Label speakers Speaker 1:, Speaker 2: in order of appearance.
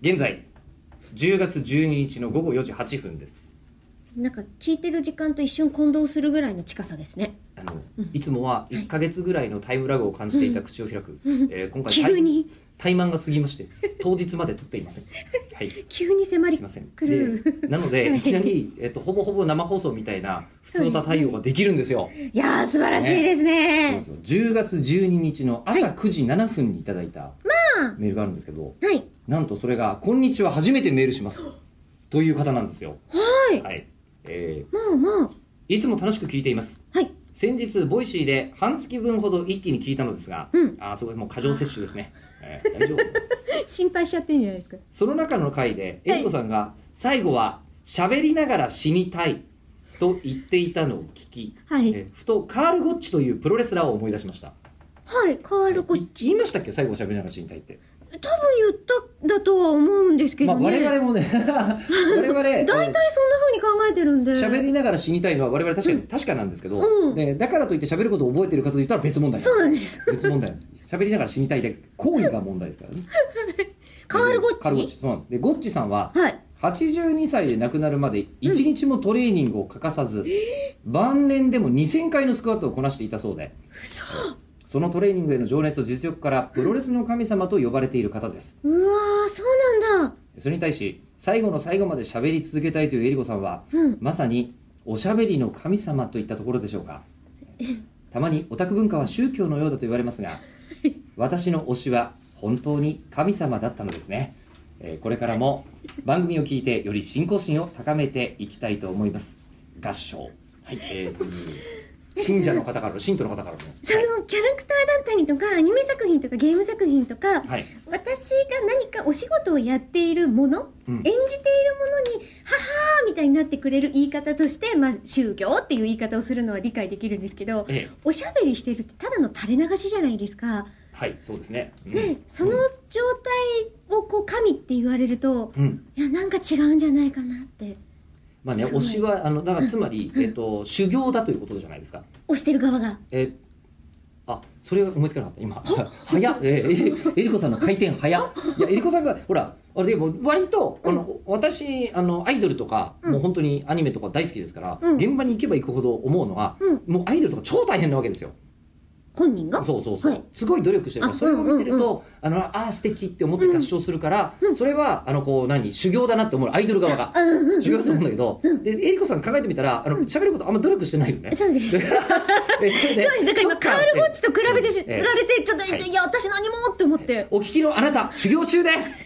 Speaker 1: 現在10月12日の午後4時8分です
Speaker 2: なんか聞いてる時間と一瞬混同するぐらいの近さですね
Speaker 1: あの、
Speaker 2: うん
Speaker 1: いつもは1か月ぐらいのタイムラグを感じていた口を開く、えー今回
Speaker 2: 急に
Speaker 1: タイマンが過ぎまして当日まで撮っていま せんはい
Speaker 2: 急に迫
Speaker 1: す
Speaker 2: り
Speaker 1: いません
Speaker 2: くる
Speaker 1: でなの
Speaker 2: は
Speaker 1: で
Speaker 2: い
Speaker 1: いきなり、えっとほぼほぼ生放送みたいな普通の対応ができるんですよ、
Speaker 2: いやー素晴らしいですね
Speaker 1: そうですよ10月12日の朝9時7分にいただいた
Speaker 2: あ
Speaker 1: メールがあるんですけど、
Speaker 2: はい
Speaker 1: なんとそれが「こんにちは初めてメールします」という方なんですよ
Speaker 2: はい
Speaker 1: はい、え
Speaker 2: まあまあ
Speaker 1: ーいつも楽しく聞いています
Speaker 2: はい
Speaker 1: 先日ボイシーで半月分ほど一気に聞いたのですが、
Speaker 2: うん
Speaker 1: ああすごいもう過剰摂取ですね、えー大 丈夫
Speaker 2: 心配しちゃってんじゃないですか
Speaker 1: その中の回で
Speaker 2: はい
Speaker 1: エリコさんが最後は「喋りながら死にたい」と言っていたのを聞き、
Speaker 2: はい、
Speaker 1: えーふとカール・ゴッチというプロレスラーを思い出しました
Speaker 2: はいカールこ多
Speaker 1: い
Speaker 2: 分
Speaker 1: 言いましたっけ最後喋りながら死にたいって
Speaker 2: 言ったんだとは思うんですけ
Speaker 1: ま
Speaker 2: ど
Speaker 1: あ、
Speaker 2: ね、
Speaker 1: 我々 もね我々え
Speaker 2: 大体そんな
Speaker 1: ー
Speaker 2: 風に考えてるんで
Speaker 1: 喋りながら死にたいのは我々確かに、確かなんですけど、
Speaker 2: うん
Speaker 1: ねだからといって喋ることを覚えてるかといったら別問題
Speaker 2: そうなんです
Speaker 1: 別問題なんです喋りながら死にたいで行為が問題ですからね
Speaker 2: カールゴッチ
Speaker 1: カールゴッチそうなんですでゴッチさんは
Speaker 2: はい
Speaker 1: 82歳で亡くなるまで一日もトレーニングを欠かさず、晩年でも2000回のスクワットをこなしていたそうで
Speaker 2: 嘘
Speaker 1: そのトレーニングへの情熱と実力からプロレスの神様と呼ばれている方です
Speaker 2: うわーそうなんだ
Speaker 1: それに対し最後の最後まで喋り続けたいというエリコさんは
Speaker 2: うん
Speaker 1: まさにおしゃべりの神様といったところでしょうかたまにオタク文化は宗教のようだと言われますが私の推しは本当に神様だったのですね、えーこれからも番組を聞いてより信仰心を高めていきたいと思います合唱はいえーという信者の方からの信徒の方からの
Speaker 2: そのキャラクターだったりとかアニメ作品とかゲーム作品とか
Speaker 1: はい、
Speaker 2: 私が何かお仕事をやっているもの、
Speaker 1: うん
Speaker 2: 演じているものに「ははー」みたいになってくれる言い方として、まあ、宗教っていう言い方をするのは理解できるんですけど
Speaker 1: ええ
Speaker 2: おしゃべりしてるってただの垂れ流しじゃないですか。
Speaker 1: はいそうですねうん
Speaker 2: ね、その状態をこう神って言われると
Speaker 1: うん
Speaker 2: いやなんか違うんじゃないかなって
Speaker 1: まあね、
Speaker 2: すごい
Speaker 1: 推しはあのだからつまり、えっと修行だということじゃないですか。
Speaker 2: 押してる側が
Speaker 1: えあそれは思いつかなかった今早っえーええりこさんの回転早っいやえりこさんがほらあれでも割とあの私あのアイドルとか、
Speaker 2: うん
Speaker 1: もう本当にアニメとか大好きですから、
Speaker 2: うん
Speaker 1: 現場に行けば行くほど思うのは、
Speaker 2: うん
Speaker 1: もうアイドルとか超大変なわけですよ
Speaker 2: 本人が
Speaker 1: そうそうそう、
Speaker 2: はい
Speaker 1: すごい努力してるから
Speaker 2: あ
Speaker 1: それを見てると、あのあー素敵って思って合唱するから、
Speaker 2: うんうん
Speaker 1: それはあのこう何修行だなって思うアイドル側が
Speaker 2: うんうんうん
Speaker 1: 修行だと思うんだけど、でえりこさん考えてみたらあの喋ることあんま努力してないよね、
Speaker 2: そうですそうです
Speaker 1: そう
Speaker 2: だから今カールゴッチと比べてし
Speaker 1: ええ
Speaker 2: られてちょっと、
Speaker 1: はい
Speaker 2: いや私何もって思って、
Speaker 1: お聞きのあなた修行中です